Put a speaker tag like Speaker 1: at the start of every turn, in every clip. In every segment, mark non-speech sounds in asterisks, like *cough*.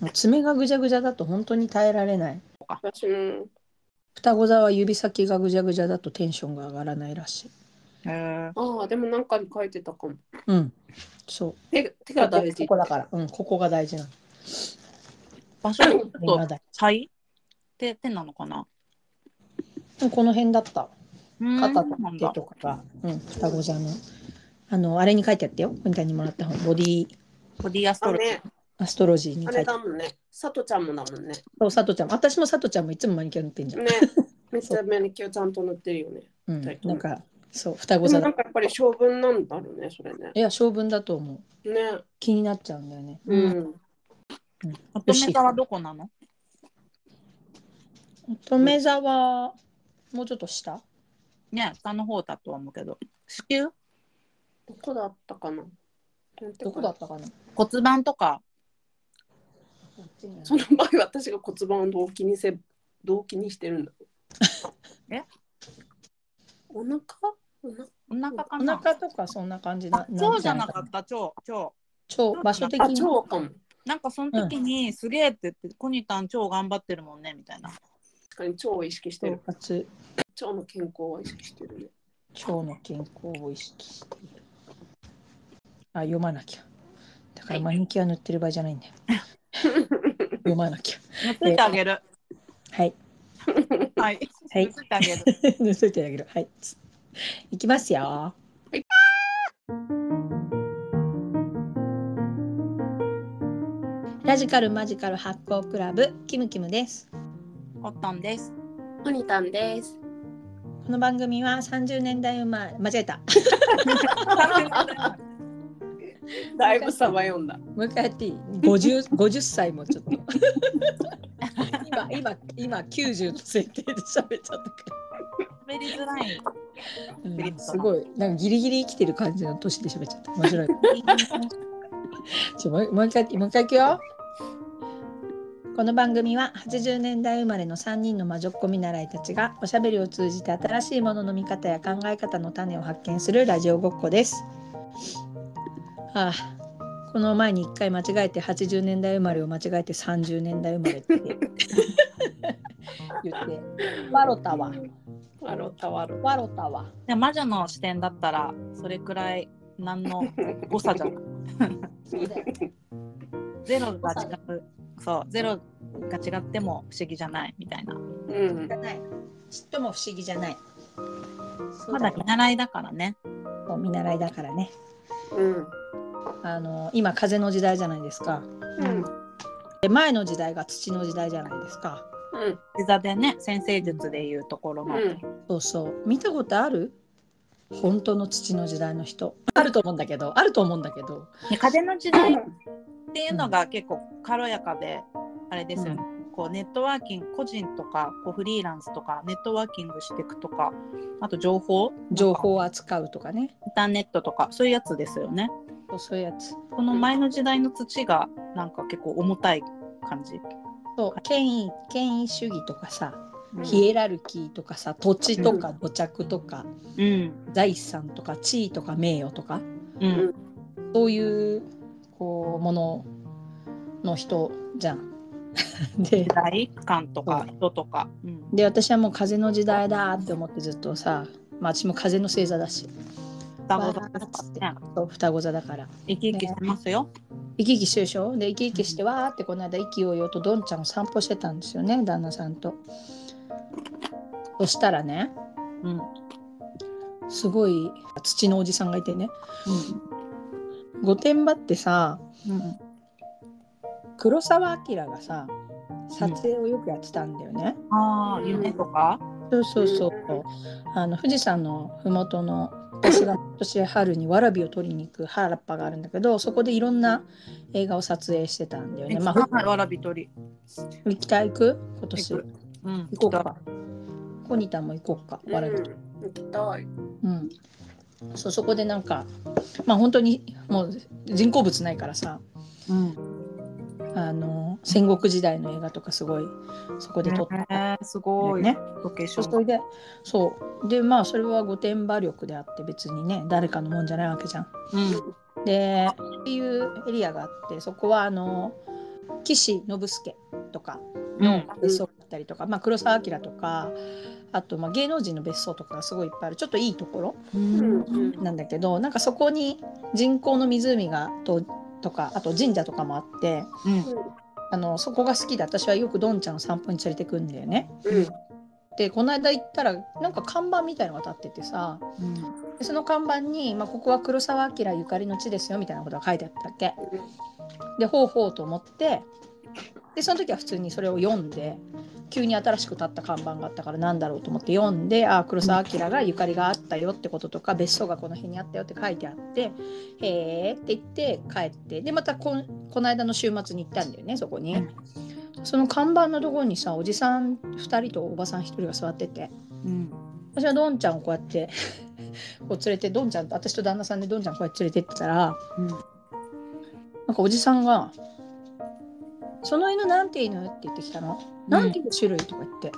Speaker 1: もう爪がぐじゃぐじゃだと本当に耐えられない。
Speaker 2: 私も
Speaker 1: 双子座は指先がぐじゃぐじゃだとテンションが上がらないらしい。
Speaker 3: へえ
Speaker 2: ああでもなんかに書いてたかも
Speaker 1: うん。そう。
Speaker 2: 手手が大事
Speaker 1: ここだから。うん、ここが大事なの。
Speaker 3: 場所ちょっ
Speaker 1: これが
Speaker 3: と
Speaker 1: 大
Speaker 3: 肺って手なのかな
Speaker 1: 事うんこの辺だった。肩と
Speaker 3: うーんな
Speaker 1: か
Speaker 3: ん
Speaker 1: 手
Speaker 3: だ
Speaker 1: とかが、うん、双子座の。あの、あれに書いてあったよ。みたいにもらった本。ボディ
Speaker 3: ボディアス
Speaker 2: あ
Speaker 3: トロ
Speaker 2: ね
Speaker 1: アストロジーに
Speaker 2: あ
Speaker 1: 書
Speaker 2: れ
Speaker 1: いてあっ
Speaker 2: だもんねさとちゃんもだもんね
Speaker 1: た。さとちゃん。私もさとちゃんもいつもマニキュア塗ってんじゃん。
Speaker 2: ねめっちゃマニキュアちゃんと塗ってるよね
Speaker 1: うん。
Speaker 2: はい
Speaker 1: なんか、そう、双
Speaker 2: で
Speaker 1: 子
Speaker 2: も
Speaker 1: 座
Speaker 2: な
Speaker 1: だ
Speaker 2: ん。かやっぱり性分なんだろうねそれね
Speaker 1: いや、性分だと思う。
Speaker 2: ね
Speaker 1: 気になっちゃうんだよね。
Speaker 2: うん、
Speaker 3: 乙女座はどこなの
Speaker 1: 乙女座は、もうちょっと下
Speaker 3: ね下の方だとは思うけど子宮
Speaker 2: どこだったかな
Speaker 1: どこだったかな
Speaker 3: 骨盤とか
Speaker 2: その場合私が骨盤を動機にせ動機にしてるん *laughs* だ
Speaker 3: え
Speaker 2: お腹お腹
Speaker 3: お腹か
Speaker 1: お
Speaker 3: な
Speaker 1: 腹とかそんな感じだ。
Speaker 3: 腸じゃなかった腸腸
Speaker 1: 超場所的
Speaker 2: あ
Speaker 1: に。
Speaker 2: 腸かも
Speaker 3: なんかその時に、すげえって言ってコニタン超頑張ってるもんねみたいな
Speaker 2: 確かに腸を意識してる
Speaker 1: 腸活、
Speaker 2: 腸の健康を意識してるね
Speaker 1: 腸の健康を意識している。あ、読まなきゃ。だからマニキュア塗ってる場合じゃないんだよ。読まなきゃ。
Speaker 3: 塗っといてあげる
Speaker 1: はい。 *laughs*
Speaker 3: はい
Speaker 1: はい
Speaker 3: 塗っといてあげる
Speaker 1: 塗っといてあげる。はい。いきますよ。ラジカルマジカル発行クラブキムキムです。
Speaker 3: コット
Speaker 1: *laughs*
Speaker 3: ンです
Speaker 2: *laughs* モニタンです
Speaker 1: この番組は30年代生まれ間違えた。
Speaker 2: だいぶサバ読んだ
Speaker 1: もう一回やっていい 50, 50歳もちょっと今今今90の設定で喋っちゃったか
Speaker 3: 喋りづらい
Speaker 1: ら、うんすごいなんかギリギリ生きてる感じの年で喋っちゃった面白 *laughs* いちょもうもう一回もう一回いくよこの番組は80年代生まれの3人の魔女っ子見習いたちがおしゃべりを通じて新しいものの見方や考え方の種を発見するラジオごっこです。ああこの前に1回間違えて80年代生まれを間違えて30年代生まれって *laughs* 言って「ワロタは
Speaker 2: ワロタワロ
Speaker 1: ワロタは
Speaker 3: で魔女の視点だったらそれくらい何の誤差じゃない
Speaker 1: そうだよ
Speaker 3: ゼロが違うそうゼロが違っても不思議じゃないみたいな
Speaker 2: うん
Speaker 1: じゃないちっとも不思議じゃない」そう
Speaker 3: ま
Speaker 1: だ
Speaker 3: だ
Speaker 1: よ
Speaker 3: 見習いだからね
Speaker 1: もう見習いだからね
Speaker 2: うん
Speaker 1: あの今風の時代じゃないですか
Speaker 2: うん
Speaker 1: で前の時代が土の時代じゃないですか
Speaker 2: うん
Speaker 3: 手座でね先生術でいうところの、
Speaker 2: うん
Speaker 1: そうそう見たことある本当の土の時代の人あると思うんだけどあると思うんだけど
Speaker 3: で風の時代っていうのが結構軽やかで、あれですよね、こうネットワーキング個人とかこうフリーランスとかネットワーキングしていくとかあと情報
Speaker 1: 情報を扱うとかね
Speaker 3: インターネットとかそういうやつですよね
Speaker 1: そうそういうやつ
Speaker 3: この前の時代の土がなんか結構重たい感じ
Speaker 1: そう権威権威主義とかさ
Speaker 2: うん
Speaker 1: ヒエラルキーとかさ土地とか土着とか
Speaker 3: うん
Speaker 1: 財産とか地位とか名誉とか
Speaker 3: うん、
Speaker 2: うん
Speaker 1: そういうこうものの人じゃん。 *laughs* で
Speaker 3: 時代感とか人とか、うん、
Speaker 1: で私はもう風の時代だって思ってずっとさ、まあ、私も風の星座だし
Speaker 3: 双子だとかね
Speaker 1: そう双子座だから
Speaker 3: 生き生きしてますよ、
Speaker 1: 生き生きしてるでしょで生き生きしてわーってこの間息をようとどんちゃんを散歩してたんですよね旦那さんと。そしたらね
Speaker 3: うん
Speaker 1: すごい土のおじさんがいてね御殿場ってさ
Speaker 3: うん
Speaker 1: 黒澤明がさ撮影をよくやってたんだよね。
Speaker 3: ああ夢とか、
Speaker 1: そうそうそう
Speaker 2: うん。
Speaker 1: あの富士山の麓の私が今年春にわらびを取りに行く原っぱがあるんだけどそこでいろんな映画を撮影してたんだよね。まあ、
Speaker 3: はいわらびとり、
Speaker 1: 行きたい行く今年
Speaker 3: 行くうん、
Speaker 1: 行こうか。コニタも行こうか。わらび。
Speaker 2: うん行きたい
Speaker 1: うん。そうそこでなんかまあ本当にもう人工物ないからさ
Speaker 3: うん、
Speaker 1: あの戦国時代の映画とかすごいそこで撮ったんだよ
Speaker 3: えー、すごい、
Speaker 1: ね。
Speaker 3: ロケーシ
Speaker 1: そう
Speaker 3: ョ
Speaker 1: そ
Speaker 3: ン
Speaker 1: れでそうでまあそれは御殿場力であって別にね誰かのもんじゃないわけじゃん。
Speaker 3: うん
Speaker 1: でっていうエリアがあってそこはあの岸信介とか
Speaker 3: うん
Speaker 1: 別荘だったりとか、まあ、黒澤明とかあとまあ芸能人の別荘とかがすごいいっぱいあるちょっといいところ
Speaker 2: うんうん
Speaker 1: なんだけどなんかそこに人工の湖がととかあと神社とかもあって
Speaker 3: うん
Speaker 1: あのそこが好きで私はよくどんちゃんを散歩に連れてくんだよね。
Speaker 2: うん
Speaker 1: でこの間行ったらなんか看板みたいのが立っててさ
Speaker 3: うん
Speaker 1: でその看板に、まあ「ここは黒澤明ゆかりの地ですよ」みたいなことが書いてあったっけ。でほうほうと思ってでその時は普通にそれを読んで急に新しく立った看板があったからなんだろうと思って読んでああ黒澤明がゆかりがあったよってこととか別荘がこの辺にあったよって書いてあってへえって言って帰ってでまたこんこの間の週末に行ったんだよねそこに、
Speaker 3: うん
Speaker 1: その看板のところにさおじさん2人とおばさん1人が座ってて
Speaker 3: うん
Speaker 1: 私はどんちゃんをこうやって *laughs* こう連れてどんちゃんと私と旦那さんでどんちゃんこうやって連れてってたらなんかおじさんが「その犬なんて犬?」って言ってきたの。なんていう種類とか言って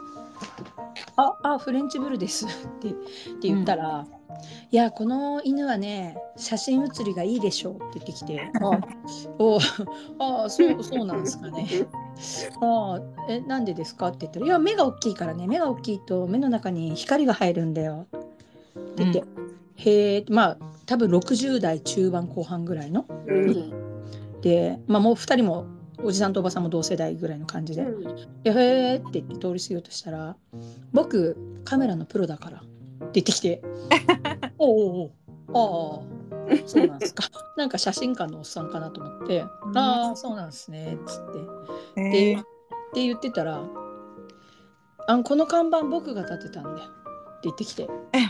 Speaker 1: 「ああフレンチブルです」 *laughs* ってって言ったら「いやこの犬はね写真写りがいいでしょう」って言ってきて「あお *laughs* ああそうそうなんですかね」ああえなんでですか?」って言ったら「いや目が大きいからね目が大きいと目の中に光が入るんだよ」って言って「
Speaker 3: う
Speaker 1: へえ」まあ多分60代中盤後半ぐらいの
Speaker 2: うん
Speaker 1: で、まあ、もう2人もおじさんとおばさんも同世代ぐらいの感じで「いやへーって言って通り過ぎようとしたら「僕カメラのプロだから」って言ってき *laughs* て「おうおうおうああそうなんですか」 *laughs* なんか写真館のおっさんかなと思って「ああそうなんですね」っつって。
Speaker 3: うん
Speaker 1: って,、
Speaker 3: えー
Speaker 1: って言ってたら「あこの看板僕が立てたんだよ」って言ってきて「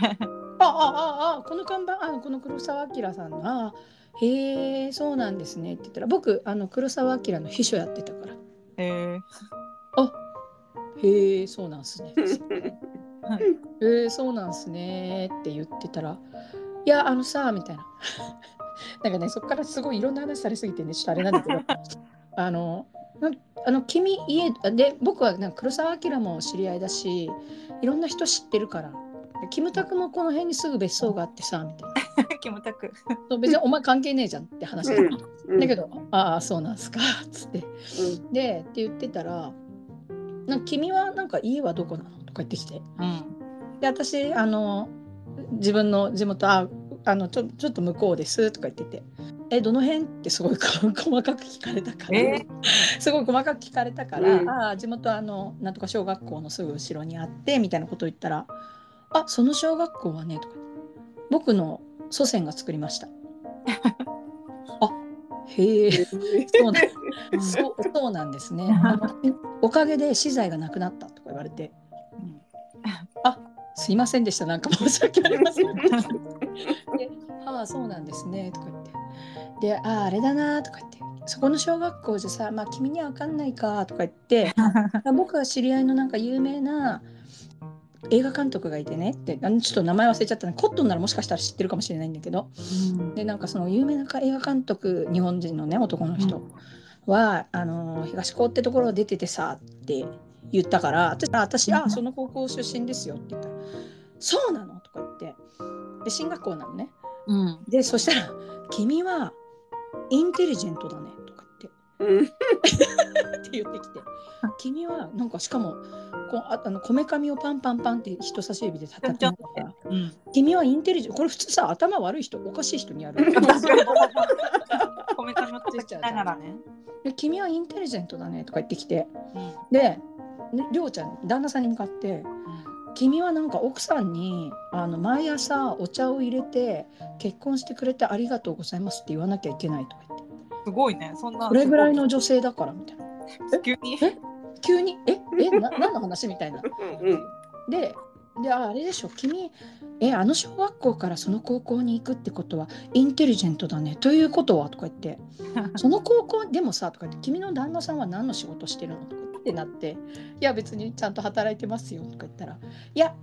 Speaker 1: ああああこの看板あこの黒澤明さんのあへえそうなんですね」って言ったら「僕あの黒澤明の秘書やってたから
Speaker 3: *laughs* えー
Speaker 1: へえそうなん
Speaker 2: *laughs*
Speaker 1: すね」
Speaker 2: う
Speaker 1: えー、そうなんすねって言ってたら「いやあのさ」みたいな *laughs* なんかねそっからすごいいろんな話されすぎてねちょっとあれなんだけ
Speaker 2: *laughs*
Speaker 1: どあのなんあの君家で僕はなんか黒澤明も知り合いだしいろんな人知ってるからキムタクもこの辺にすぐ別荘があってさみたいな
Speaker 3: キムタク
Speaker 1: そう別にお前関係ねえじゃんって話だ,、
Speaker 2: うんん
Speaker 1: だけど「ああそうなんすか」っつってでって言ってたら「なんか君はなんか家はどこなの?」とか言ってきて。
Speaker 3: うん
Speaker 1: で私あの自分の地元ああのちょちょっと向こうですとか言ってて「えどの辺?」ってすごいこ細かく聞かれたから、
Speaker 3: え
Speaker 1: *laughs* すごい細かく聞かれたから「
Speaker 2: うん
Speaker 1: ああ地元はあのなんとか小学校のすぐ後ろにあって」みたいなことを言ったら「あその小学校はね」とか「僕の祖先が作りました」あへえそうなん
Speaker 3: うん
Speaker 1: そうそうなんですね *laughs* あのおかげで資材がなくなったとか言われて
Speaker 3: うん
Speaker 1: すいませんでしたなんか申し訳ありま *laughs* せんでしたでああそうなんですね」とか言って「であああれだな」とか言って「そこの小学校じゃさまあ君には分かんないか」とか言 *laughs* ってあ僕が知り合いのなんか有名な映画監督がいてねってあのちょっと名前忘れちゃったねコットンならもしかしたら知ってるかもしれないんだけどでなんかその有名な映画監督日本人のね男の人は、あの東高ってところを出ててさって言ったから私あ私あその高校出身ですよって言ったら「そうなの?」とか言ってで進学校なのね
Speaker 3: うん
Speaker 1: でそしたら「君はインテリジェントだね」とか言ってって言ってきて「君はなんかしかもこうああのこめかみをパンパンパンって人差し指で叩きながら *laughs*
Speaker 3: うん
Speaker 1: 「君はインテリジェントこれ普通さ頭悪い人おかしい人にや
Speaker 3: *laughs*
Speaker 1: る」
Speaker 3: こめかみをついちゃうながらね
Speaker 1: で「君はインテリジェントだね」とか言ってきて
Speaker 3: うん
Speaker 1: でねりょうちゃん旦那さんに向かって「君はなんか奥さんにあの毎朝お茶を入れて結婚してくれてありがとうございます」って言わなきゃいけないとか言って
Speaker 3: すごいねそんな
Speaker 1: これぐらいの女性だからみたいな
Speaker 3: 急に
Speaker 1: 急に「 *laughs* ええな何の話?」みたいな。ででああれでしょ君えあの小学校からその高校に行くってことはインテリジェントだねということはとか言 *laughs* ってその高校でもさとか言って君の旦那さんは何の仕事してるのとかってなっていや別にちゃんと働いてますよとか言ったらいや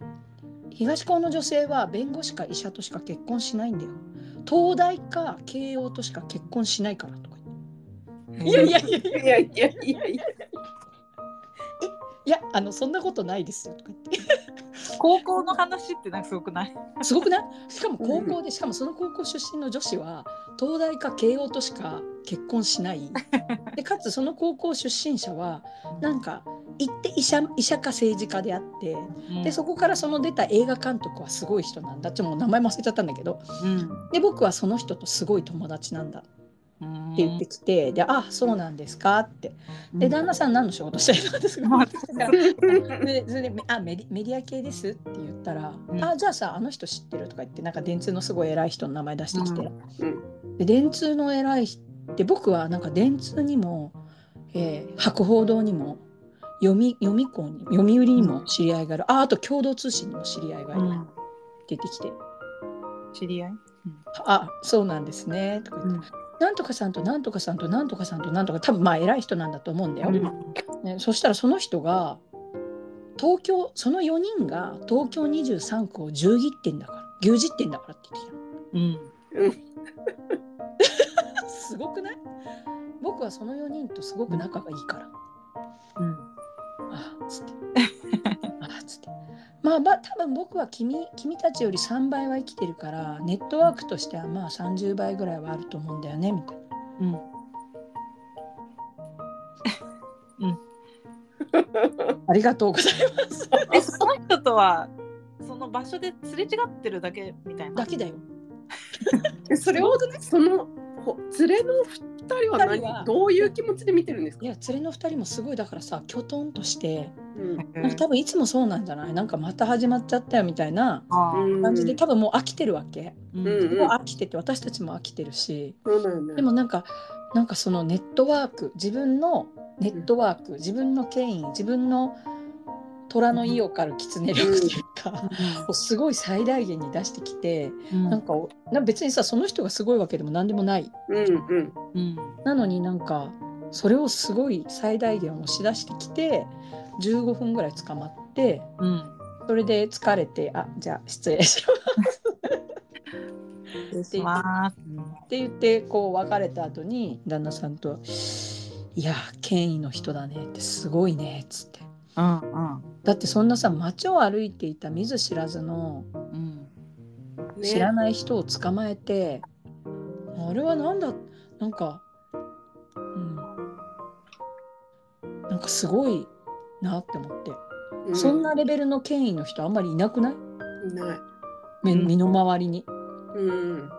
Speaker 1: 東高の女性は弁護士か医者としか結婚しないんだよ東大か慶応としか結婚しないからとか言っていやいやいやいや
Speaker 2: いやいやいやいや
Speaker 1: いやあのそんなことないですよとか言って
Speaker 3: 高校の話ってなんかすごくない
Speaker 1: すごくないしかも高校で、しかもその高校出身の女子は東大か慶応としか結婚しない
Speaker 3: *laughs*
Speaker 1: でかつその高校出身者はなんか行って医者医者か政治家であってでそ
Speaker 3: こ、
Speaker 1: こからその出た映画監督はすごい人なんだちょっともう名前も忘れちゃったんだけど
Speaker 3: うん
Speaker 1: で僕はその人とすごい友達なんだって
Speaker 3: うん、
Speaker 1: 言ってきて、で「あそうなんですか」ってで旦那さん何の仕事してるんですか
Speaker 3: う
Speaker 1: *laughs*
Speaker 3: ん
Speaker 1: でそれであメディメディア系ですって言ったら、
Speaker 3: うん
Speaker 1: あじゃあさあの人知ってるとか言ってなんか電通のすごい偉い人の名前出してきて、
Speaker 2: うんう
Speaker 1: で電通の偉い人って僕はなんか電通にも、えー博報堂にも読み読み校に読売にも知り合いがある、ああと共同通信にも知り合いがいる、
Speaker 3: うん
Speaker 1: 出てきて
Speaker 3: 知り合い、
Speaker 1: 「あそうなんですね」とか言って。
Speaker 3: うん
Speaker 1: なんとかさんとなんとかさんとなんとかさんとなんとか多分まあ偉い人なんだと思うんだよ。ね、そしたらその人が東京その4人が東京23区を牛耳ってんだから牛耳ってんだからって言ってき
Speaker 3: うん
Speaker 1: たの *laughs* すごくない僕はその4人とすごく仲がいいから、
Speaker 3: うん
Speaker 1: ああつってああつってまあまあ多分僕は君君たちより3倍は生きてるからネットワークとしてはまあ30倍ぐらいはあると思うんだよねみたいな
Speaker 3: うん
Speaker 1: *laughs* ありがとうござい *laughs* ます
Speaker 3: えその人とはその場所ですれ違ってるだけみたいな
Speaker 1: だけだよ
Speaker 2: えそれをそのほ連れの二人
Speaker 1: 二
Speaker 2: は何
Speaker 1: 人は
Speaker 2: どういう気持ちで見てるんですか
Speaker 1: いや連れの2人もすごいだからさきょとんとして
Speaker 2: うん
Speaker 1: なんか多分いつもそうなんじゃないなんかまた始まっちゃったよみたいな
Speaker 2: うん
Speaker 1: 感じで多分もう飽きてるわけ、
Speaker 3: うん
Speaker 2: うん
Speaker 1: もう飽きてて私たちも飽きてるし
Speaker 2: そうだよね
Speaker 1: でもなんかなんかそのネットワーク自分のネットワーク、自分の権威自分の虎の意を狩る狐力っていうか、をすごい最大限に出してきて、
Speaker 3: うん
Speaker 1: なんかおな別にさその人がすごいわけでも何でもない
Speaker 2: うんうん
Speaker 3: うん
Speaker 1: なのになんかそれをすごい最大限押し出してきて15分ぐらい捕まって。
Speaker 3: うん
Speaker 1: それで疲れて、あ、じゃあ失礼します
Speaker 3: 失礼します
Speaker 1: って言って、こう別れた後に旦那さんと、いや、権威の人だねってすごいねっつって。
Speaker 3: うんうん
Speaker 1: だってそんなさ、街を歩いていた見ず知らずの
Speaker 3: うん
Speaker 2: ね
Speaker 1: 知らない人を捕まえて、あれはなんだ、なんか、うん。なんかすごいなって思って。
Speaker 2: う
Speaker 1: そんなレベルの権威の人あんまりいなくない
Speaker 2: いない
Speaker 1: め
Speaker 3: うん
Speaker 1: 身の回りに。
Speaker 2: うん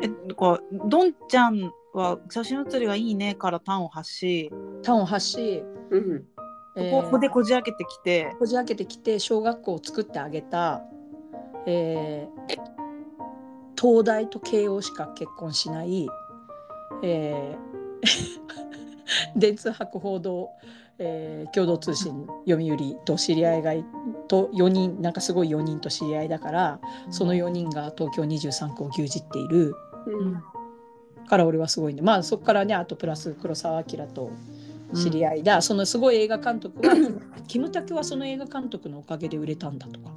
Speaker 3: えこうどんちゃんは写真写りがいいねから端を発し
Speaker 1: 端を発し、
Speaker 2: うん
Speaker 1: えー
Speaker 3: ここでこじ開けてきて
Speaker 1: こじ開けてきて小学校を作ってあげた、えー東大と慶応しか結婚しない、えー *laughs* 電通博報堂、えー共同通信読売と知り合いがいと4人なんかすごい4人と知り合いだからその4人が東京23区を牛耳っている
Speaker 2: うん
Speaker 1: から俺はすごいんでまあそこからねあとプラス黒澤明と知り
Speaker 3: 合い
Speaker 1: 合いだ、そのすごい映画監督はキムタクはその映画監督のおかげで売れたんだとか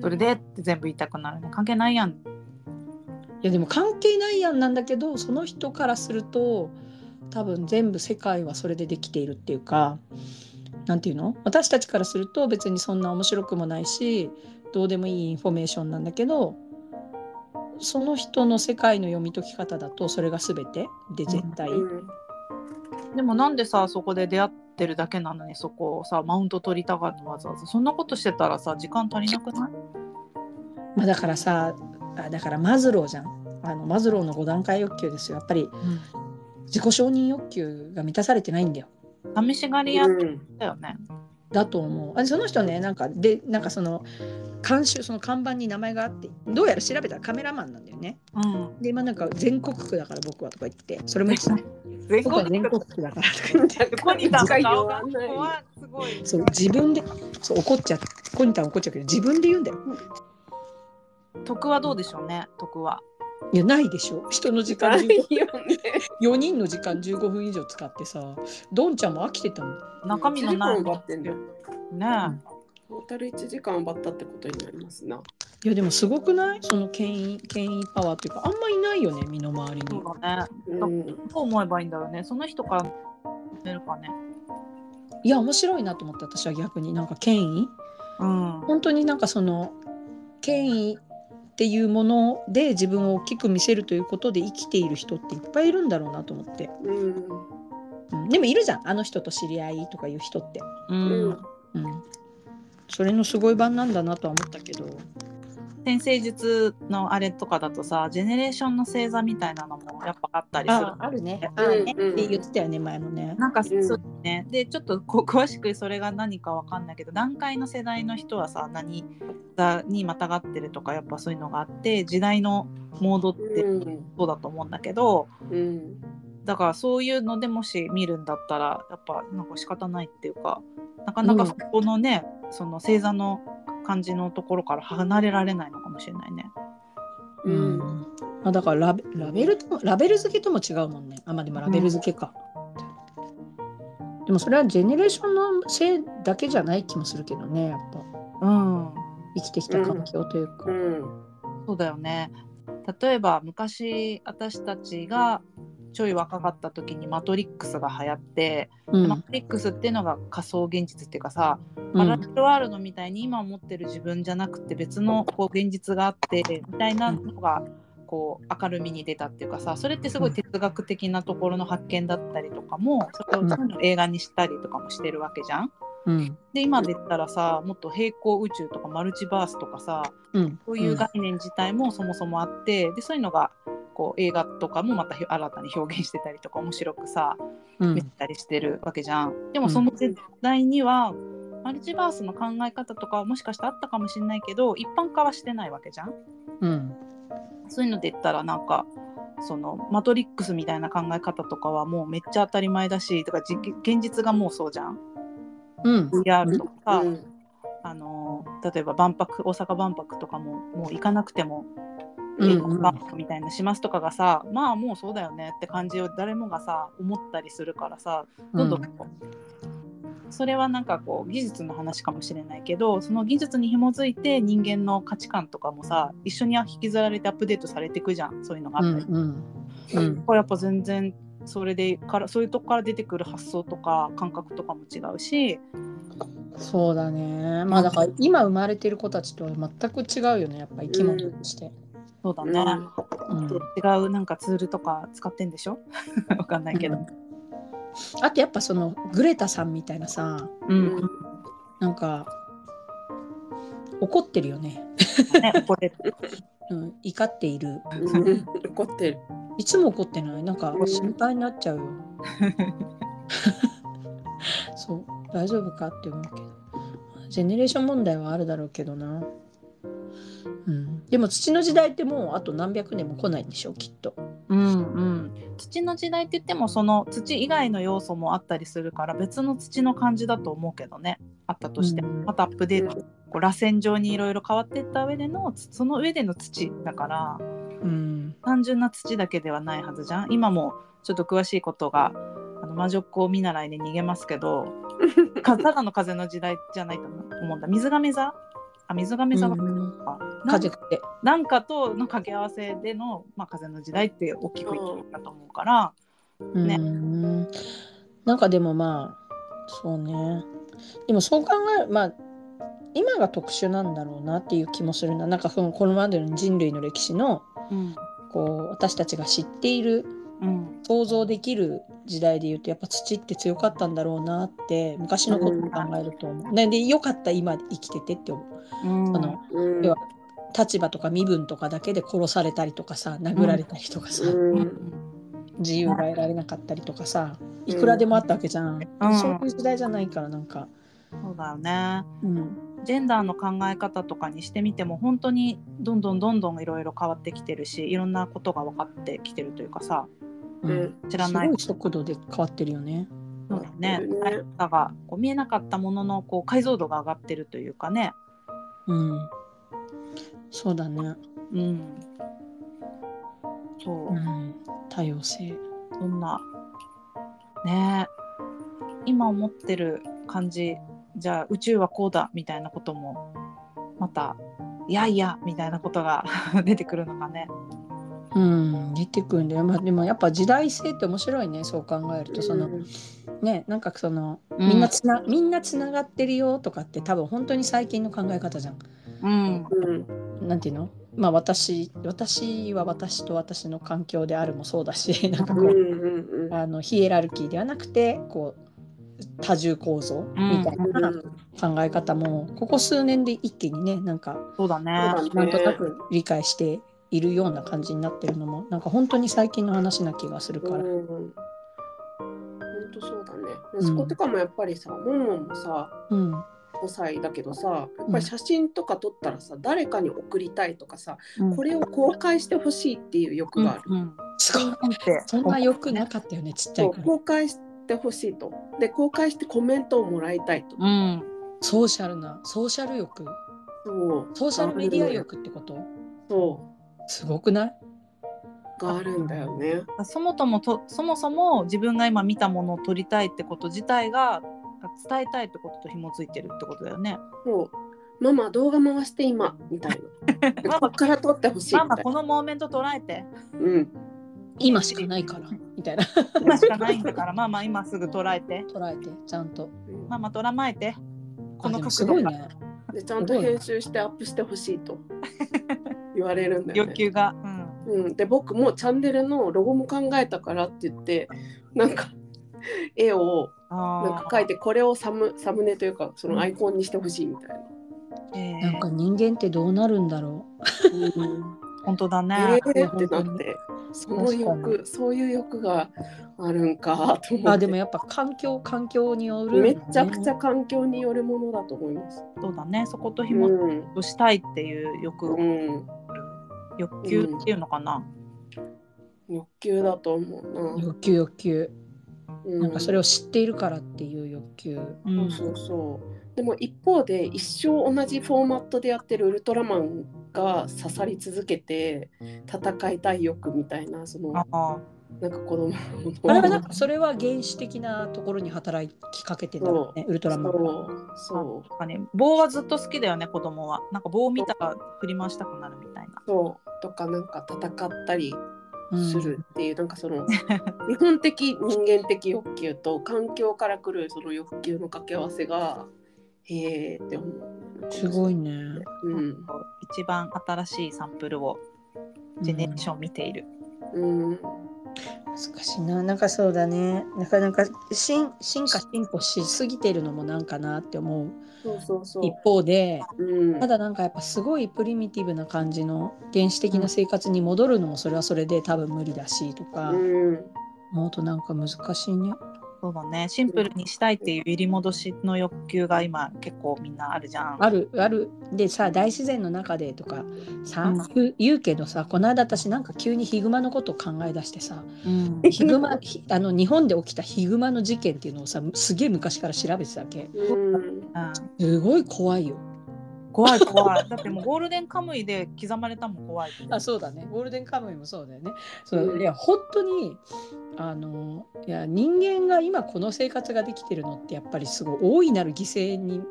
Speaker 3: それでって全部言いたくなるね関係ないやん
Speaker 1: いやでも関係ないやんなんだけどその人からすると多分全部世界はそれでできているっていうかなんていうの私たちからすると別にそんな面白くもないしどうでもいいインフォメーションなんだけどその人の世界の読み解き方だとそれが全てで絶対、
Speaker 2: うん
Speaker 3: でもなんでさそこで出会ってるだけなのにそこをさマウント取りたがるのわざわざそんなことしてたらさ時間足りなくない
Speaker 1: まあ、だからさあだからマズローじゃんあのマズローの5段階欲求ですよやっぱり自己承認欲求が満たされてないんだよ
Speaker 3: 寂しがり屋だよね。
Speaker 1: だと思うあその人ねなんかでなんかその監修その看板に名前があってどうやら調べたらカメラマンなんだよね
Speaker 3: うん。
Speaker 1: で今なんか全国区だから僕はとか言ってそれも言ってた
Speaker 3: 全
Speaker 1: 僕は全国区だからとか言って
Speaker 3: コニタの顔が
Speaker 2: 自戒
Speaker 3: ここ
Speaker 2: 弱い
Speaker 3: はすごい。
Speaker 1: そう自分でそう怒っちゃうコニタン怒っちゃうけど自分で言うんだよ
Speaker 3: 徳はどうでしょうね。徳は。
Speaker 1: いやないでしょ人の時間
Speaker 2: ない
Speaker 1: 15
Speaker 2: よね
Speaker 1: 4人の時間15分以上使ってさドンちゃんも飽きてたもん
Speaker 3: 中身のない。
Speaker 2: 一時間奪ってんだよ
Speaker 3: ね
Speaker 2: トータル1時間奪ったってことになりますない
Speaker 1: やでもすごくないその権威権威パワーっていうかあんまいないよね身の回り
Speaker 3: え。
Speaker 1: に
Speaker 3: そうだね。
Speaker 2: うん
Speaker 3: どう思えばいいんだろうね。その人から出るかね。
Speaker 1: いや面白いなと思って私は逆になんか権威
Speaker 3: うん。
Speaker 1: 本当になんかその権威っていうもので自分を大きく見せるということで生きている人っていっぱいいるんだろうなと思って、
Speaker 2: うん
Speaker 1: うん、でもいるじゃんあの人と知り合いとかいう人って、
Speaker 3: うん
Speaker 2: うん
Speaker 1: うん、それのすごい版なんだなとは思ったけど
Speaker 3: 天星術のあれとかだとさジェネレーションの星座みたいなのもやっぱあったりする
Speaker 1: ああるね
Speaker 3: うん
Speaker 1: あるね
Speaker 2: うん
Speaker 1: って言ってたよね前もね。
Speaker 3: なんかそう
Speaker 2: うん
Speaker 3: ね、でちょっとこう *laughs* 詳しくそれが何かわかんないけど段階の世代の人はさ何座にまたがってるとかやっぱそういうのがあって時代のモードって
Speaker 2: うん
Speaker 3: そうだと思うんだけど、
Speaker 2: うん
Speaker 3: だからそういうのでもし見るんだったらやっぱなんか仕方ないっていうかなかなか
Speaker 1: うん
Speaker 3: そこのね、その星座の感じのところから離れられないのかもしれないね。
Speaker 2: う
Speaker 1: うん
Speaker 2: ん
Speaker 1: まあ、だからラベラベルともラベル付けとも違うもんねあまあでもラベル付けか、でもそれはジェネレーションのせいだけじゃない気もするけどねやっぱ
Speaker 3: うん、
Speaker 1: 生きてきた環境というか、
Speaker 2: うん
Speaker 3: そうだよね例えば昔私たちがちょい若かった時に「マトリックス」が流行って。
Speaker 1: うん
Speaker 3: マトリックスっていうのが仮想現実っていうかさ、
Speaker 1: う
Speaker 3: パ
Speaker 1: ん
Speaker 3: ラレルワールドみたいに今持ってる自分じゃなくて別のこう現実があってみたいなのがこう明るみに出たっていうかさそれってすごい哲学的なところの発見だったりとかもそれを映画にしたりとかもしてるわけじゃん。
Speaker 1: うん
Speaker 3: で今で言ったらさもっと平行宇宙とかマルチバースとかさ
Speaker 1: うん
Speaker 3: そういう概念自体もそもそもあってでそういうのがこう映画とかもまた新たに表現してたりとか面白くさ
Speaker 1: うん
Speaker 3: 見てたりしてるわけじゃん。でもその時代には、マルチバースの考え方とかはもしかしたらあったかもしれないけど一般化はしてないわけじゃん。
Speaker 1: うん
Speaker 3: そういうので言ったらなんかそのマトリックスみたいな考え方とかはもうめっちゃ当たり前だしとかじ現実がもうそうじゃん。
Speaker 1: うん、
Speaker 3: VR とか、
Speaker 2: うん
Speaker 3: あの例えば万博大阪万博とかももう行かなくても。
Speaker 1: うんうん
Speaker 3: 万博みたいなしますとかがさまあもうそうだよねって感じを誰もがさ思ったりするからさどんどんこう、それはなんかこう技術の話かもしれないけどその技術に紐づいて人間の価値観とかもさ一緒に引きずられてアップデートされていくじゃんそういうのがあ
Speaker 1: う
Speaker 3: っ
Speaker 1: ん
Speaker 3: たり、
Speaker 1: うんうん
Speaker 3: これやっぱ全然それでからそういうとこから出てくる発想とか感覚とかも違うし
Speaker 1: そうだねまあだから今生まれてる子たちとは全く違うよねやっぱ生き物として、
Speaker 3: そうだね、
Speaker 1: うん
Speaker 3: で違うなんかツールとか使ってんでしょ *laughs* わかんないけど。
Speaker 1: あとやっぱそのグレタさんみたいなさ
Speaker 3: うん、
Speaker 1: なんか怒ってるよね、
Speaker 3: ねこれ
Speaker 1: うん、怒っている
Speaker 2: うん怒ってる
Speaker 1: いつも怒ってないなんか
Speaker 2: うん
Speaker 1: 心配になっちゃ
Speaker 3: *laughs*
Speaker 1: うよそう大丈夫かって思うけどジェネレーション問題はあるだろうけどなうん、でも土の時代ってもうあと何百年も来ないんでしょきっと。
Speaker 3: うんうん、土の時代って言ってもその土以外の要素もあったりするから別の土の感じだと思うけどねあったとしても、
Speaker 1: うん
Speaker 3: またアップデート、こう螺旋状にいろいろ変わっていった上でのその上での土だから
Speaker 1: うん、
Speaker 3: 単純な土だけではないはずじゃん今もちょっと詳しいことがあの魔女っ子を見習いで逃げますけどかただの風の時代じゃないと思うんだ水亀座あ水亀座が、
Speaker 1: うん
Speaker 3: かなん
Speaker 1: 風って。
Speaker 3: なんかとの掛け合わせでの、まあ、風の時代って大きく言ってたと思うから、ね
Speaker 1: うんなんかでもまあそうねでもそう考えるまあ今が特殊なんだろうなっていう気もするななんかそのこのまでの人類の歴史の
Speaker 3: うん
Speaker 1: こう私たちが知っている
Speaker 3: うん
Speaker 1: 想像できる時代で言うとやっぱ土って強かったんだろうなって昔のことを考えると思う。ね、で良かった今生きててって思う。
Speaker 3: うん
Speaker 1: その
Speaker 2: うん
Speaker 1: 要は立場とか身分とかだけで殺されたりとかさ殴られたりとかさ、
Speaker 2: う
Speaker 3: うんん
Speaker 1: 自由が得られなかったりとかさいくらでもあったわけじゃん、
Speaker 3: うん
Speaker 1: そういう時代じゃないからなんか、
Speaker 3: そうだよね
Speaker 1: うん
Speaker 3: ジェンダーの考え方とかにしてみても本当にどんどんどんどんいろいろ変わってきてるしいろんなことが分かってきてるというかさ
Speaker 1: う
Speaker 2: うんん
Speaker 3: 知ら
Speaker 1: す
Speaker 3: な
Speaker 1: ご
Speaker 3: い
Speaker 1: い速度で変わってるよね。
Speaker 3: そうだね
Speaker 2: うん
Speaker 3: あれだがこう見えなかったもののこう解像度が上がってるというかね、
Speaker 1: うん、そうだね、
Speaker 3: うん、そう、
Speaker 1: うん、多様性。
Speaker 3: そんなねえ今思ってる感じじゃあ宇宙はこうだみたいなこともまたいやいやみたいなことが *laughs* 出てくるのかね。
Speaker 1: うん、出てくるんだよ、まあ、でもやっぱ時代性って面白いねそう考えるとその、ねなんかそのみんなつな、みんなつながってるよとかって多分本当に最近の考え方じゃん。
Speaker 3: うん
Speaker 2: うん
Speaker 1: なんていうのまあ私私は私と私の環境であるもそうだし *laughs* なんかこ
Speaker 2: うんう
Speaker 1: うん
Speaker 2: うん
Speaker 1: あのヒエラルキーではなくてこう多重構造みたいな考え方もここ数年で一気にねなんか
Speaker 3: そうだね。
Speaker 2: そう
Speaker 1: なん
Speaker 2: だね
Speaker 1: となく理解しているような感じになってるのもなんか本当に最近の話な気がするから。
Speaker 2: うん本当そうだね息子とかもやっぱりさ、モンモンもさ
Speaker 1: うん
Speaker 2: 5歳だけどさやっぱり写真とか撮ったらさ誰かに送りたいとかさこれを公開してほしいっていう欲がある、
Speaker 3: うんうん
Speaker 1: すごいそんな良くなかったよねちっちゃい
Speaker 2: そ
Speaker 1: うから
Speaker 2: 公開してほしいとで公開してコメントをもらいたいと、
Speaker 3: うん、
Speaker 1: ソーシャルなソーシャル欲
Speaker 2: そう
Speaker 1: ソーシャルメディア欲ってこと
Speaker 2: そ
Speaker 1: すごくないう
Speaker 2: があるんだよね
Speaker 3: そもそもとそもそも自分が今見たものを撮りたいってこと自体が伝えたいってことと紐づいてるってことだよね。
Speaker 2: そうママ動画回して今みたいなでこっから撮ってほしい
Speaker 3: マ
Speaker 2: み
Speaker 3: マ
Speaker 2: たい
Speaker 3: こ
Speaker 2: な、
Speaker 3: のモーメント捉えて
Speaker 2: うん、
Speaker 1: 今しかないからみたいな *laughs*
Speaker 3: 今しかないんだからママ今すぐ捉えて
Speaker 1: 捉えてちゃんと
Speaker 3: ママ捉まえてこ
Speaker 1: あ
Speaker 3: の
Speaker 1: でも
Speaker 3: 角
Speaker 1: す
Speaker 3: 度
Speaker 1: ごい
Speaker 3: が
Speaker 1: ね
Speaker 2: でちゃんと編集してアップしてほしい
Speaker 3: *laughs*
Speaker 2: と言われるんだよ
Speaker 3: 欲
Speaker 2: ね。
Speaker 3: 求が、
Speaker 2: うん、で僕もうチャンネルのロゴも考えたからって言ってなんか *laughs* 絵をなんか描い
Speaker 3: て、
Speaker 2: てこれをサムサムネというかそのアイコンにしてほしいみたいな。
Speaker 3: えー
Speaker 1: なんか人間ってどうなるんだろ
Speaker 3: 本当だ
Speaker 2: え
Speaker 3: ね。
Speaker 2: ー、ってなってその欲そういう欲があるんかと思っ
Speaker 1: う
Speaker 2: て
Speaker 1: あでもやっぱ環境環境による、
Speaker 2: めちゃくちゃ環境によるものだと思います。
Speaker 3: そうだね。そこと
Speaker 2: う
Speaker 3: 紐づ
Speaker 2: ん
Speaker 3: くしたいっていう欲、
Speaker 2: うん、
Speaker 3: 欲求っていうのかな。
Speaker 2: 欲求だと思うな。
Speaker 1: 欲求欲求
Speaker 2: うん、
Speaker 1: なんかそれを知っているからっていう欲求
Speaker 3: う
Speaker 2: そ
Speaker 3: ん
Speaker 2: うそうそう。でも一方で一生同じフォーマットでやってるウルトラマンが刺さり続けて戦いたい欲みたいなその
Speaker 3: ああ、
Speaker 2: なんか子供の
Speaker 1: あれはなんかそれは原始的なところに働きかけてんだろうねウルトラマンは
Speaker 2: そうそ
Speaker 3: 確かに棒はずっと好きだよね子供は。なんか棒を見たら振り回したくなるみたいな
Speaker 2: う。そうとかなんか戦ったり
Speaker 1: うん
Speaker 2: するっていう、なんかその日本的人間的欲求と環境から来るその欲求の掛け合わせがへえって思う。
Speaker 1: すごいね
Speaker 2: うん
Speaker 3: 一番新しいサンプルをジェネレーション見ている。
Speaker 2: うん
Speaker 1: 難しいななんかそうだねなかなか進進化進歩しすぎてるのもなんかなって思う
Speaker 2: そうそうそ
Speaker 1: 一
Speaker 2: う。
Speaker 1: 方で
Speaker 2: うん
Speaker 1: ただなんかやっぱすごいプリミティブな感じの原始的な生活に戻るのもそれはそれで多分無理だしとか
Speaker 2: うん
Speaker 1: 思うとなんか難しいね。
Speaker 3: そうだね。シンプルにしたいっていう入り戻しの欲求が今結構みんなあるじゃん。
Speaker 1: あるあるでさ大自然の中でとかさ
Speaker 3: うん
Speaker 1: 言う言うけどさこの間私なんか急にヒグマのことを考え出して
Speaker 2: *laughs*
Speaker 1: さ
Speaker 3: うん
Speaker 1: ヒグマひあの日本で起きたヒグマの事件っていうのをさすげえ昔から調べてたわけ
Speaker 2: うん
Speaker 3: うん
Speaker 1: すごい怖いよ。
Speaker 3: 怖い怖い。だってもうゴールデンカムイで刻まれたもん怖い。
Speaker 1: あそうだねゴールデンカムイもそうだよね。そう
Speaker 2: うん
Speaker 1: いや本当にあのいや人間が今この生活ができてるのってやっぱりすごい大いなる犠牲にこ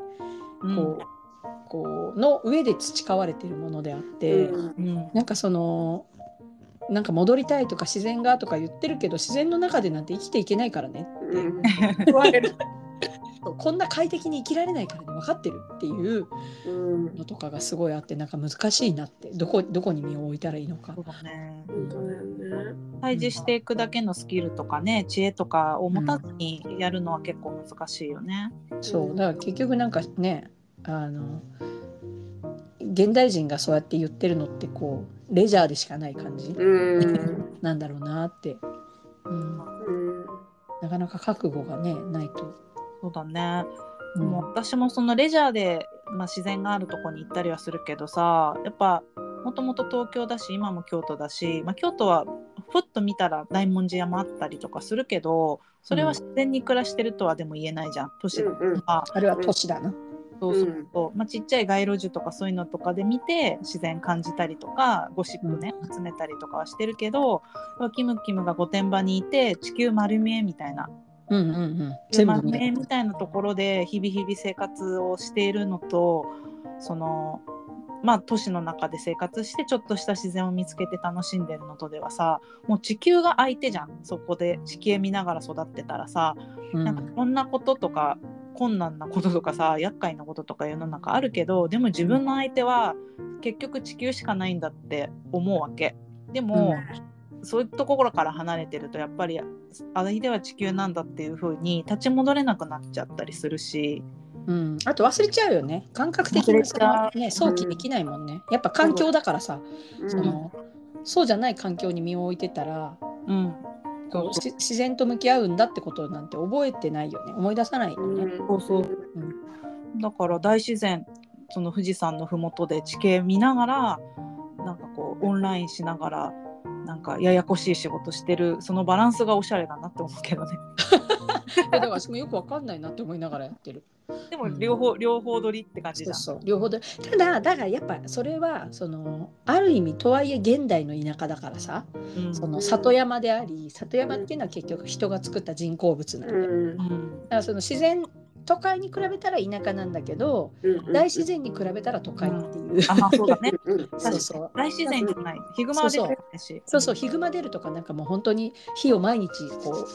Speaker 1: う,、こうの上で培われてるものであって、
Speaker 2: うん
Speaker 3: うん。うん
Speaker 1: なんかそのなんか戻りたいとか自然がとか言ってるけど自然の中でなんて生きていけないからね
Speaker 2: うん
Speaker 1: 言われるこんな快適に生きられないからね分かってるっていう
Speaker 2: うん
Speaker 1: のとかがすごいあってなんか難しいなってどこどこに身を置いたらいいのか
Speaker 3: そう。だね。
Speaker 2: 本当だよね。
Speaker 3: 対峙していくだけのスキルとかね知恵とかを持たずにやるのは結構難しいよね。
Speaker 1: そううんだから結局なんかねあの現代人がそうやって言ってるのってこうレジャーでしかない感じ
Speaker 2: うん。
Speaker 1: なんだろうなって、うん、
Speaker 2: うん
Speaker 1: なかなか覚悟がねないと、
Speaker 3: そうだね、
Speaker 1: うん
Speaker 3: もう私もそのレジャーで、まあ、自然があるとこに行ったりはするけどさやっぱもともと東京だし今も京都だし、まあ、京都はふっと見たら大文字山あったりとかするけどそれは自然に暮らしてるとはでも言えないじゃん都市だ
Speaker 2: うん
Speaker 3: から。
Speaker 1: あれは都市だな。
Speaker 3: そうそうそうまあ、ちっちゃい街路樹とかそういうのとかで見て自然感じたりとかゴシップね集めたりとかはしてるけど、キムキムが御殿場にいて地球丸見えみたいな
Speaker 1: うんうんうん、
Speaker 3: 地球
Speaker 1: 全部
Speaker 3: 丸見え
Speaker 1: ね
Speaker 3: みたいなところで日々日々生活をしているのとそのまあ都市の中で生活してちょっとした自然を見つけて楽しんでるのとではさもう地球が相手じゃんそこで地形見ながら育ってたらさ
Speaker 1: う
Speaker 3: なんか
Speaker 1: ん
Speaker 3: こんなこととか困難なこととかさ厄介なこととか世の中あるけどでも自分の相手は結局地球しかないんだって思うわけ。でも、そういうところから離れてるとやっぱりあれでは地球なんだっていう風に立ち戻れなくなっちゃったりするし
Speaker 1: うん、あと忘れちゃうよね感覚的
Speaker 3: 忘れ
Speaker 1: に
Speaker 3: ち
Speaker 1: そ
Speaker 3: ゃ
Speaker 1: の、ね、想起できないもんねやっぱ環境だからさ
Speaker 2: うん
Speaker 1: そのそうじゃない環境に身を置いてたら
Speaker 3: うん、
Speaker 1: こうし自然と向き合うんだってことなんて覚えてないよね思い出さないよね。
Speaker 3: そうそうだから大自然その富士山の麓で地形見ながらなんかこうオンラインしながらなんかややこしい仕事してるそのバランスがおしゃれだなって思うけど
Speaker 1: *laughs*
Speaker 3: ね
Speaker 1: いやだからそもよくわかんないなって思いながらやってる。
Speaker 3: でも両方、両方取りって感じ
Speaker 1: そ
Speaker 3: だ
Speaker 1: うそう両方でただだからやっぱそれはそのある意味とはいえ現代の田舎だからさ
Speaker 3: うん
Speaker 1: その里山であり里山っていうのは結局人が作った人工物なんで、だ
Speaker 2: うん
Speaker 3: うん
Speaker 1: からその自然都会に比べたら田舎なんだけど
Speaker 2: うん
Speaker 1: 大自然に比べたら都会っていう。
Speaker 3: あまあそうだね
Speaker 2: うんうん
Speaker 1: そうそう
Speaker 3: 大自然じ
Speaker 1: *laughs*
Speaker 3: ゃないヒグマは出てないし
Speaker 1: そうそうヒグマ出るとかなんかもう本当に火を毎日こう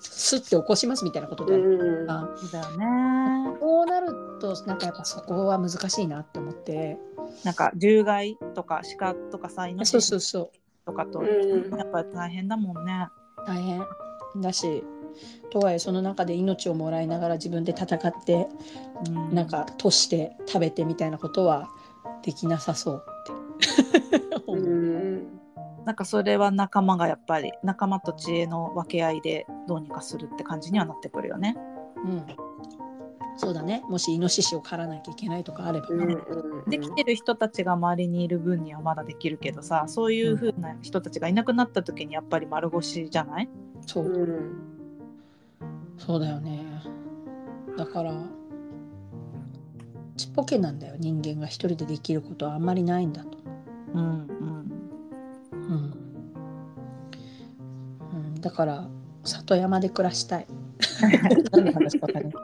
Speaker 1: スッて起こしますみたいなことで、
Speaker 2: うん
Speaker 1: あ
Speaker 3: そうだよね
Speaker 1: こうなるとなんかやっぱそこは難しいなって思って
Speaker 3: なんか獣害とか鹿とかさ命
Speaker 1: そうそうそう
Speaker 3: とかと
Speaker 2: うん
Speaker 3: やっぱ大変だもんね
Speaker 1: 大変だしとはいえその中で命をもらいながら自分で戦って
Speaker 3: うん
Speaker 1: なんかとして食べてみたいなことはできなさそうって *laughs*
Speaker 2: う
Speaker 1: 思う。
Speaker 2: ん
Speaker 3: なんかそれは仲間がやっぱり仲間と知恵の分け合いでどうにかするって感じにはなってくるよね。
Speaker 1: うんそうだねもしイノシシを狩らなきゃいけないとかあれば、
Speaker 2: うんうん
Speaker 3: できてる人たちが周りにいる分にはまだできるけどさそういう風な人たちがいなくなった時にやっぱり丸腰じゃない
Speaker 1: そううんそうだよねだからちっぽけなんだよ人間が一人でできることはあんまりないんだと。
Speaker 3: うんうん
Speaker 1: うんうん、だから里山で暮らしたい。 *laughs* 何の話か分かんない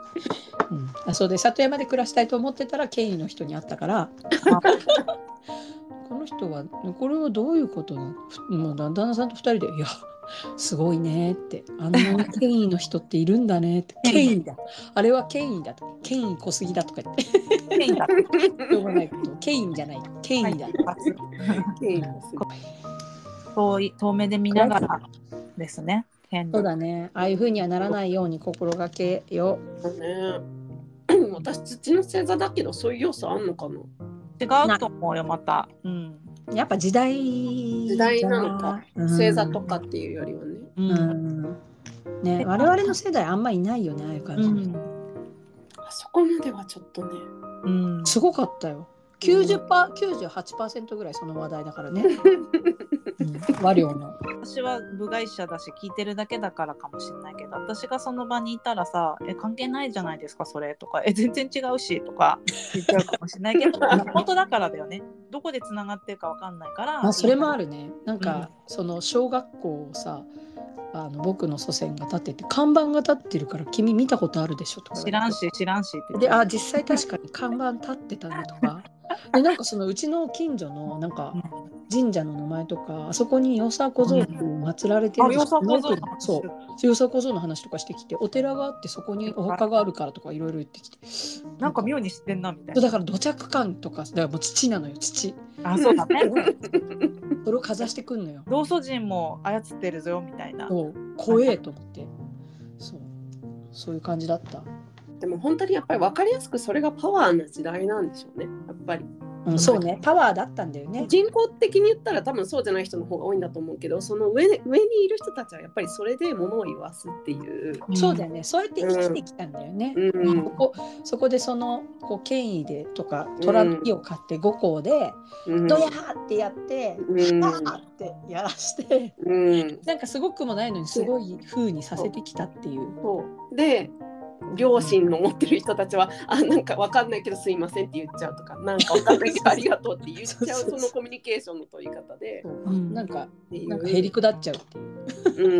Speaker 1: うん、あそうで里山で暮らしたいと思ってたら権威の人に会ったから
Speaker 3: あ
Speaker 1: *laughs* この人はこれはどういうことなのふもうだ旦那さんと2人で「いやすごいね」って「あんなに権威の人っているんだね」って「 *laughs* 権威だあれは権威だ」と「権威濃すぎだ」とか言って
Speaker 3: 権威だ
Speaker 1: しょうがないこと *laughs* 権威じゃない権威だ、
Speaker 2: いいです
Speaker 3: 遠い遠目で見ながらですね。変
Speaker 1: そうだねああいうふうにはならないように心がけよう
Speaker 2: ね。うん私土の星座だけどそういう要素あんのかな。
Speaker 3: 違うと思うよまた。うん
Speaker 1: やっぱ時代
Speaker 2: 時
Speaker 1: 時
Speaker 2: 代なのか、星座とかっていうよりはね。
Speaker 3: う
Speaker 1: うんんね我々の世代あんまいないよねああいう感
Speaker 3: う
Speaker 1: じ、
Speaker 3: ん
Speaker 2: あそこまではちょっとね。
Speaker 3: うん
Speaker 1: すごかったよ90パー98%ぐらいその話題だ
Speaker 2: *laughs*
Speaker 1: からね、うん、和量の
Speaker 3: 私は部外者だし聞いてるだけだからかもしれないけど私がその場にいたらさ「え関係ないじゃないですかそれ」とか「え全然違うし」とか言っちゃうかもしれない
Speaker 1: *laughs*
Speaker 3: けど本当だからだよねどこでつながってるかわかんないから
Speaker 1: あそれもあ
Speaker 3: る
Speaker 1: るねなんか、その小学校をさあの僕の祖先が建てて看板が立ってるから君見たことあるでしょとか
Speaker 3: 知らんし知らんしって言って
Speaker 1: であ実際確かに看板立ってたねとかでなんかそのうちの近所のなんか神社の名前とかあそこによさ小僧を祀られて
Speaker 3: あ
Speaker 1: る
Speaker 3: よさこぞう
Speaker 1: そうよさ小僧の話とかしてきてお寺があってそこにお墓があるからとかいろいろ言ってきて
Speaker 3: なんか妙に知ってんなみたい
Speaker 1: そう
Speaker 3: な
Speaker 1: だから土着感とかだからもう土なのよ *laughs* 土
Speaker 3: あそうだね
Speaker 1: それをかざしてくんのよ
Speaker 3: 同祖人も操ってるぞみたいな
Speaker 1: そう怖えと思ってそうそういう感じだった、
Speaker 2: でも本当にやっぱり分かりやすくそれがパワーな時代なんでしょうね。やっぱり
Speaker 1: うん、そうねパワーだったんだよね
Speaker 2: 人口的に言ったら多分そうじゃない人の方が多いんだと思うけど、その上で上にいる人たちはやっぱりそれで物を言わすっていう。
Speaker 1: そうだよねそうやって生きてきたんだよね、
Speaker 2: うん
Speaker 1: ここそこでそのこう権威でとかトランプを買って5校で
Speaker 2: うん
Speaker 1: ドヤーってやって、
Speaker 2: うん
Speaker 1: ハーってやらして、
Speaker 2: うん
Speaker 1: なんかすごくもないのにすごい風にさせてきたっていう。
Speaker 2: そうで両親の持ってる人たちは「あなんかわかんないけどすいません」って言っちゃうとか「なんかわかんないけどありがとう」って言っちゃ
Speaker 1: *laughs*
Speaker 2: う
Speaker 1: そうそう
Speaker 2: そ
Speaker 1: そう
Speaker 2: のコミュニケーションの取り方で
Speaker 3: うん
Speaker 1: なんか
Speaker 2: っていう
Speaker 1: なんかへりくだっちゃうってい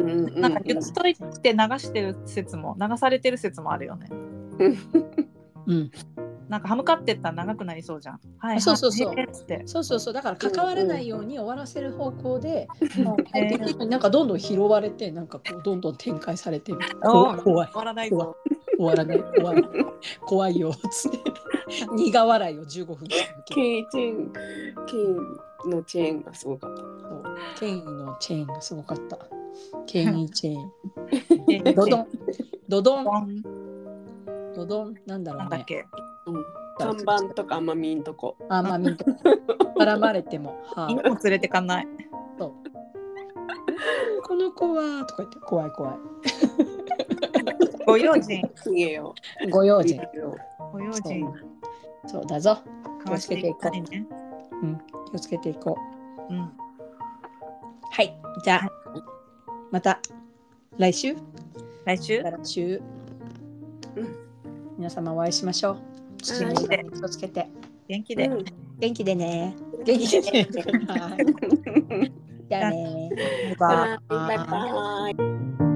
Speaker 1: う。
Speaker 2: うんうんうん
Speaker 3: なんか言っといて流してる説も流されてる説もあるよね
Speaker 1: うん、
Speaker 3: なんか歯向かってったら長くなりそうじゃん。はい、
Speaker 1: そうそうそう
Speaker 3: はいはいっつって
Speaker 1: そうそうそうだから関わらないように終わらせる方向で、もう
Speaker 3: へー
Speaker 1: なんかどんどん拾われてなんかこうどんどん展開されてる
Speaker 3: おー
Speaker 1: 怖い
Speaker 3: 終わらないぞ。
Speaker 1: 終わらない怖い怖いよつって苦笑いを15分続ける
Speaker 2: ケイチェン、ケイのチェーンがすごかった。
Speaker 1: 権威のチェーンがすごかった権威チェーン
Speaker 3: で
Speaker 1: ドドンドドン
Speaker 3: ドン
Speaker 1: ドドンなんだろ
Speaker 3: なん
Speaker 1: う
Speaker 3: だっ
Speaker 1: ね
Speaker 3: け
Speaker 2: うん、看板とか甘みんとこ。
Speaker 1: あまあみん *laughs* な絡まれてもはい
Speaker 3: 犬も連れてかない
Speaker 1: この子はとか言って怖い怖い
Speaker 3: ご用心
Speaker 2: すげえよ。
Speaker 1: ご用心
Speaker 3: ご用心
Speaker 1: そうだぞ
Speaker 3: かわしていったりね
Speaker 1: 気をつけていこう
Speaker 3: うん
Speaker 1: はい、じゃあ、また来週、
Speaker 3: 来週
Speaker 1: 来週、
Speaker 2: うん
Speaker 1: 皆様お会いしましょう。
Speaker 2: うん
Speaker 1: 元気で気をつけて、
Speaker 3: 元気で、
Speaker 2: うん
Speaker 1: 元気でね。元気で *laughs* ね。 *laughs* はいじゃあね。
Speaker 2: *laughs*
Speaker 3: バイバイ
Speaker 2: バイバイ。